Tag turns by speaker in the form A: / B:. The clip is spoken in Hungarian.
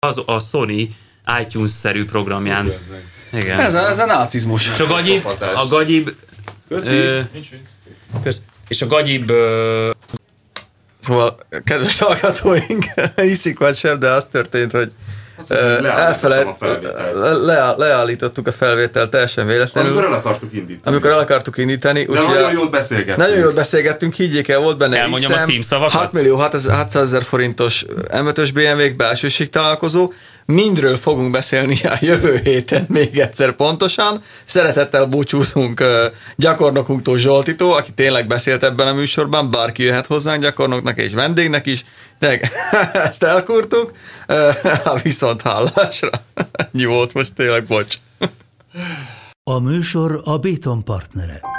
A: az, a Sony iTunes-szerű programján. Igen.
B: Ez a, ez a nácizmus.
A: És a gagyibb,
C: Szopatás.
A: a gagyibb,
C: Köszi.
A: ö, kösz, és a gagyibb ö,
D: Szóval, kedves hallgatóink, hiszik vagy sem, de az történt, hogy
C: Hát,
D: ö,
C: leállítottam
D: elfelejt,
C: a felvételt.
D: le, leállítottuk a felvételt teljesen véletlenül.
C: Amikor el akartuk indítani.
D: amikor el akartuk indítani,
C: De
D: úgyhogy
C: nagyon
D: a-
C: jót beszélgettünk.
D: nagyon jól beszélgettünk, higgyék el, volt benne
A: Elmondjam
D: XM,
A: a címszavakat?
D: 6 millió 600 ezer forintos M5-ös BMW belsőség találkozó. Mindről fogunk beszélni a jövő héten még egyszer pontosan. Szeretettel búcsúzunk ö, gyakornokunktól Zsoltitól, aki tényleg beszélt ebben a műsorban, bárki jöhet hozzánk gyakornoknak és vendégnek is. De ezt elkurtuk, Ö, a viszont hallásra. Ennyi volt most tényleg, bocs.
E: A műsor a Béton partnere.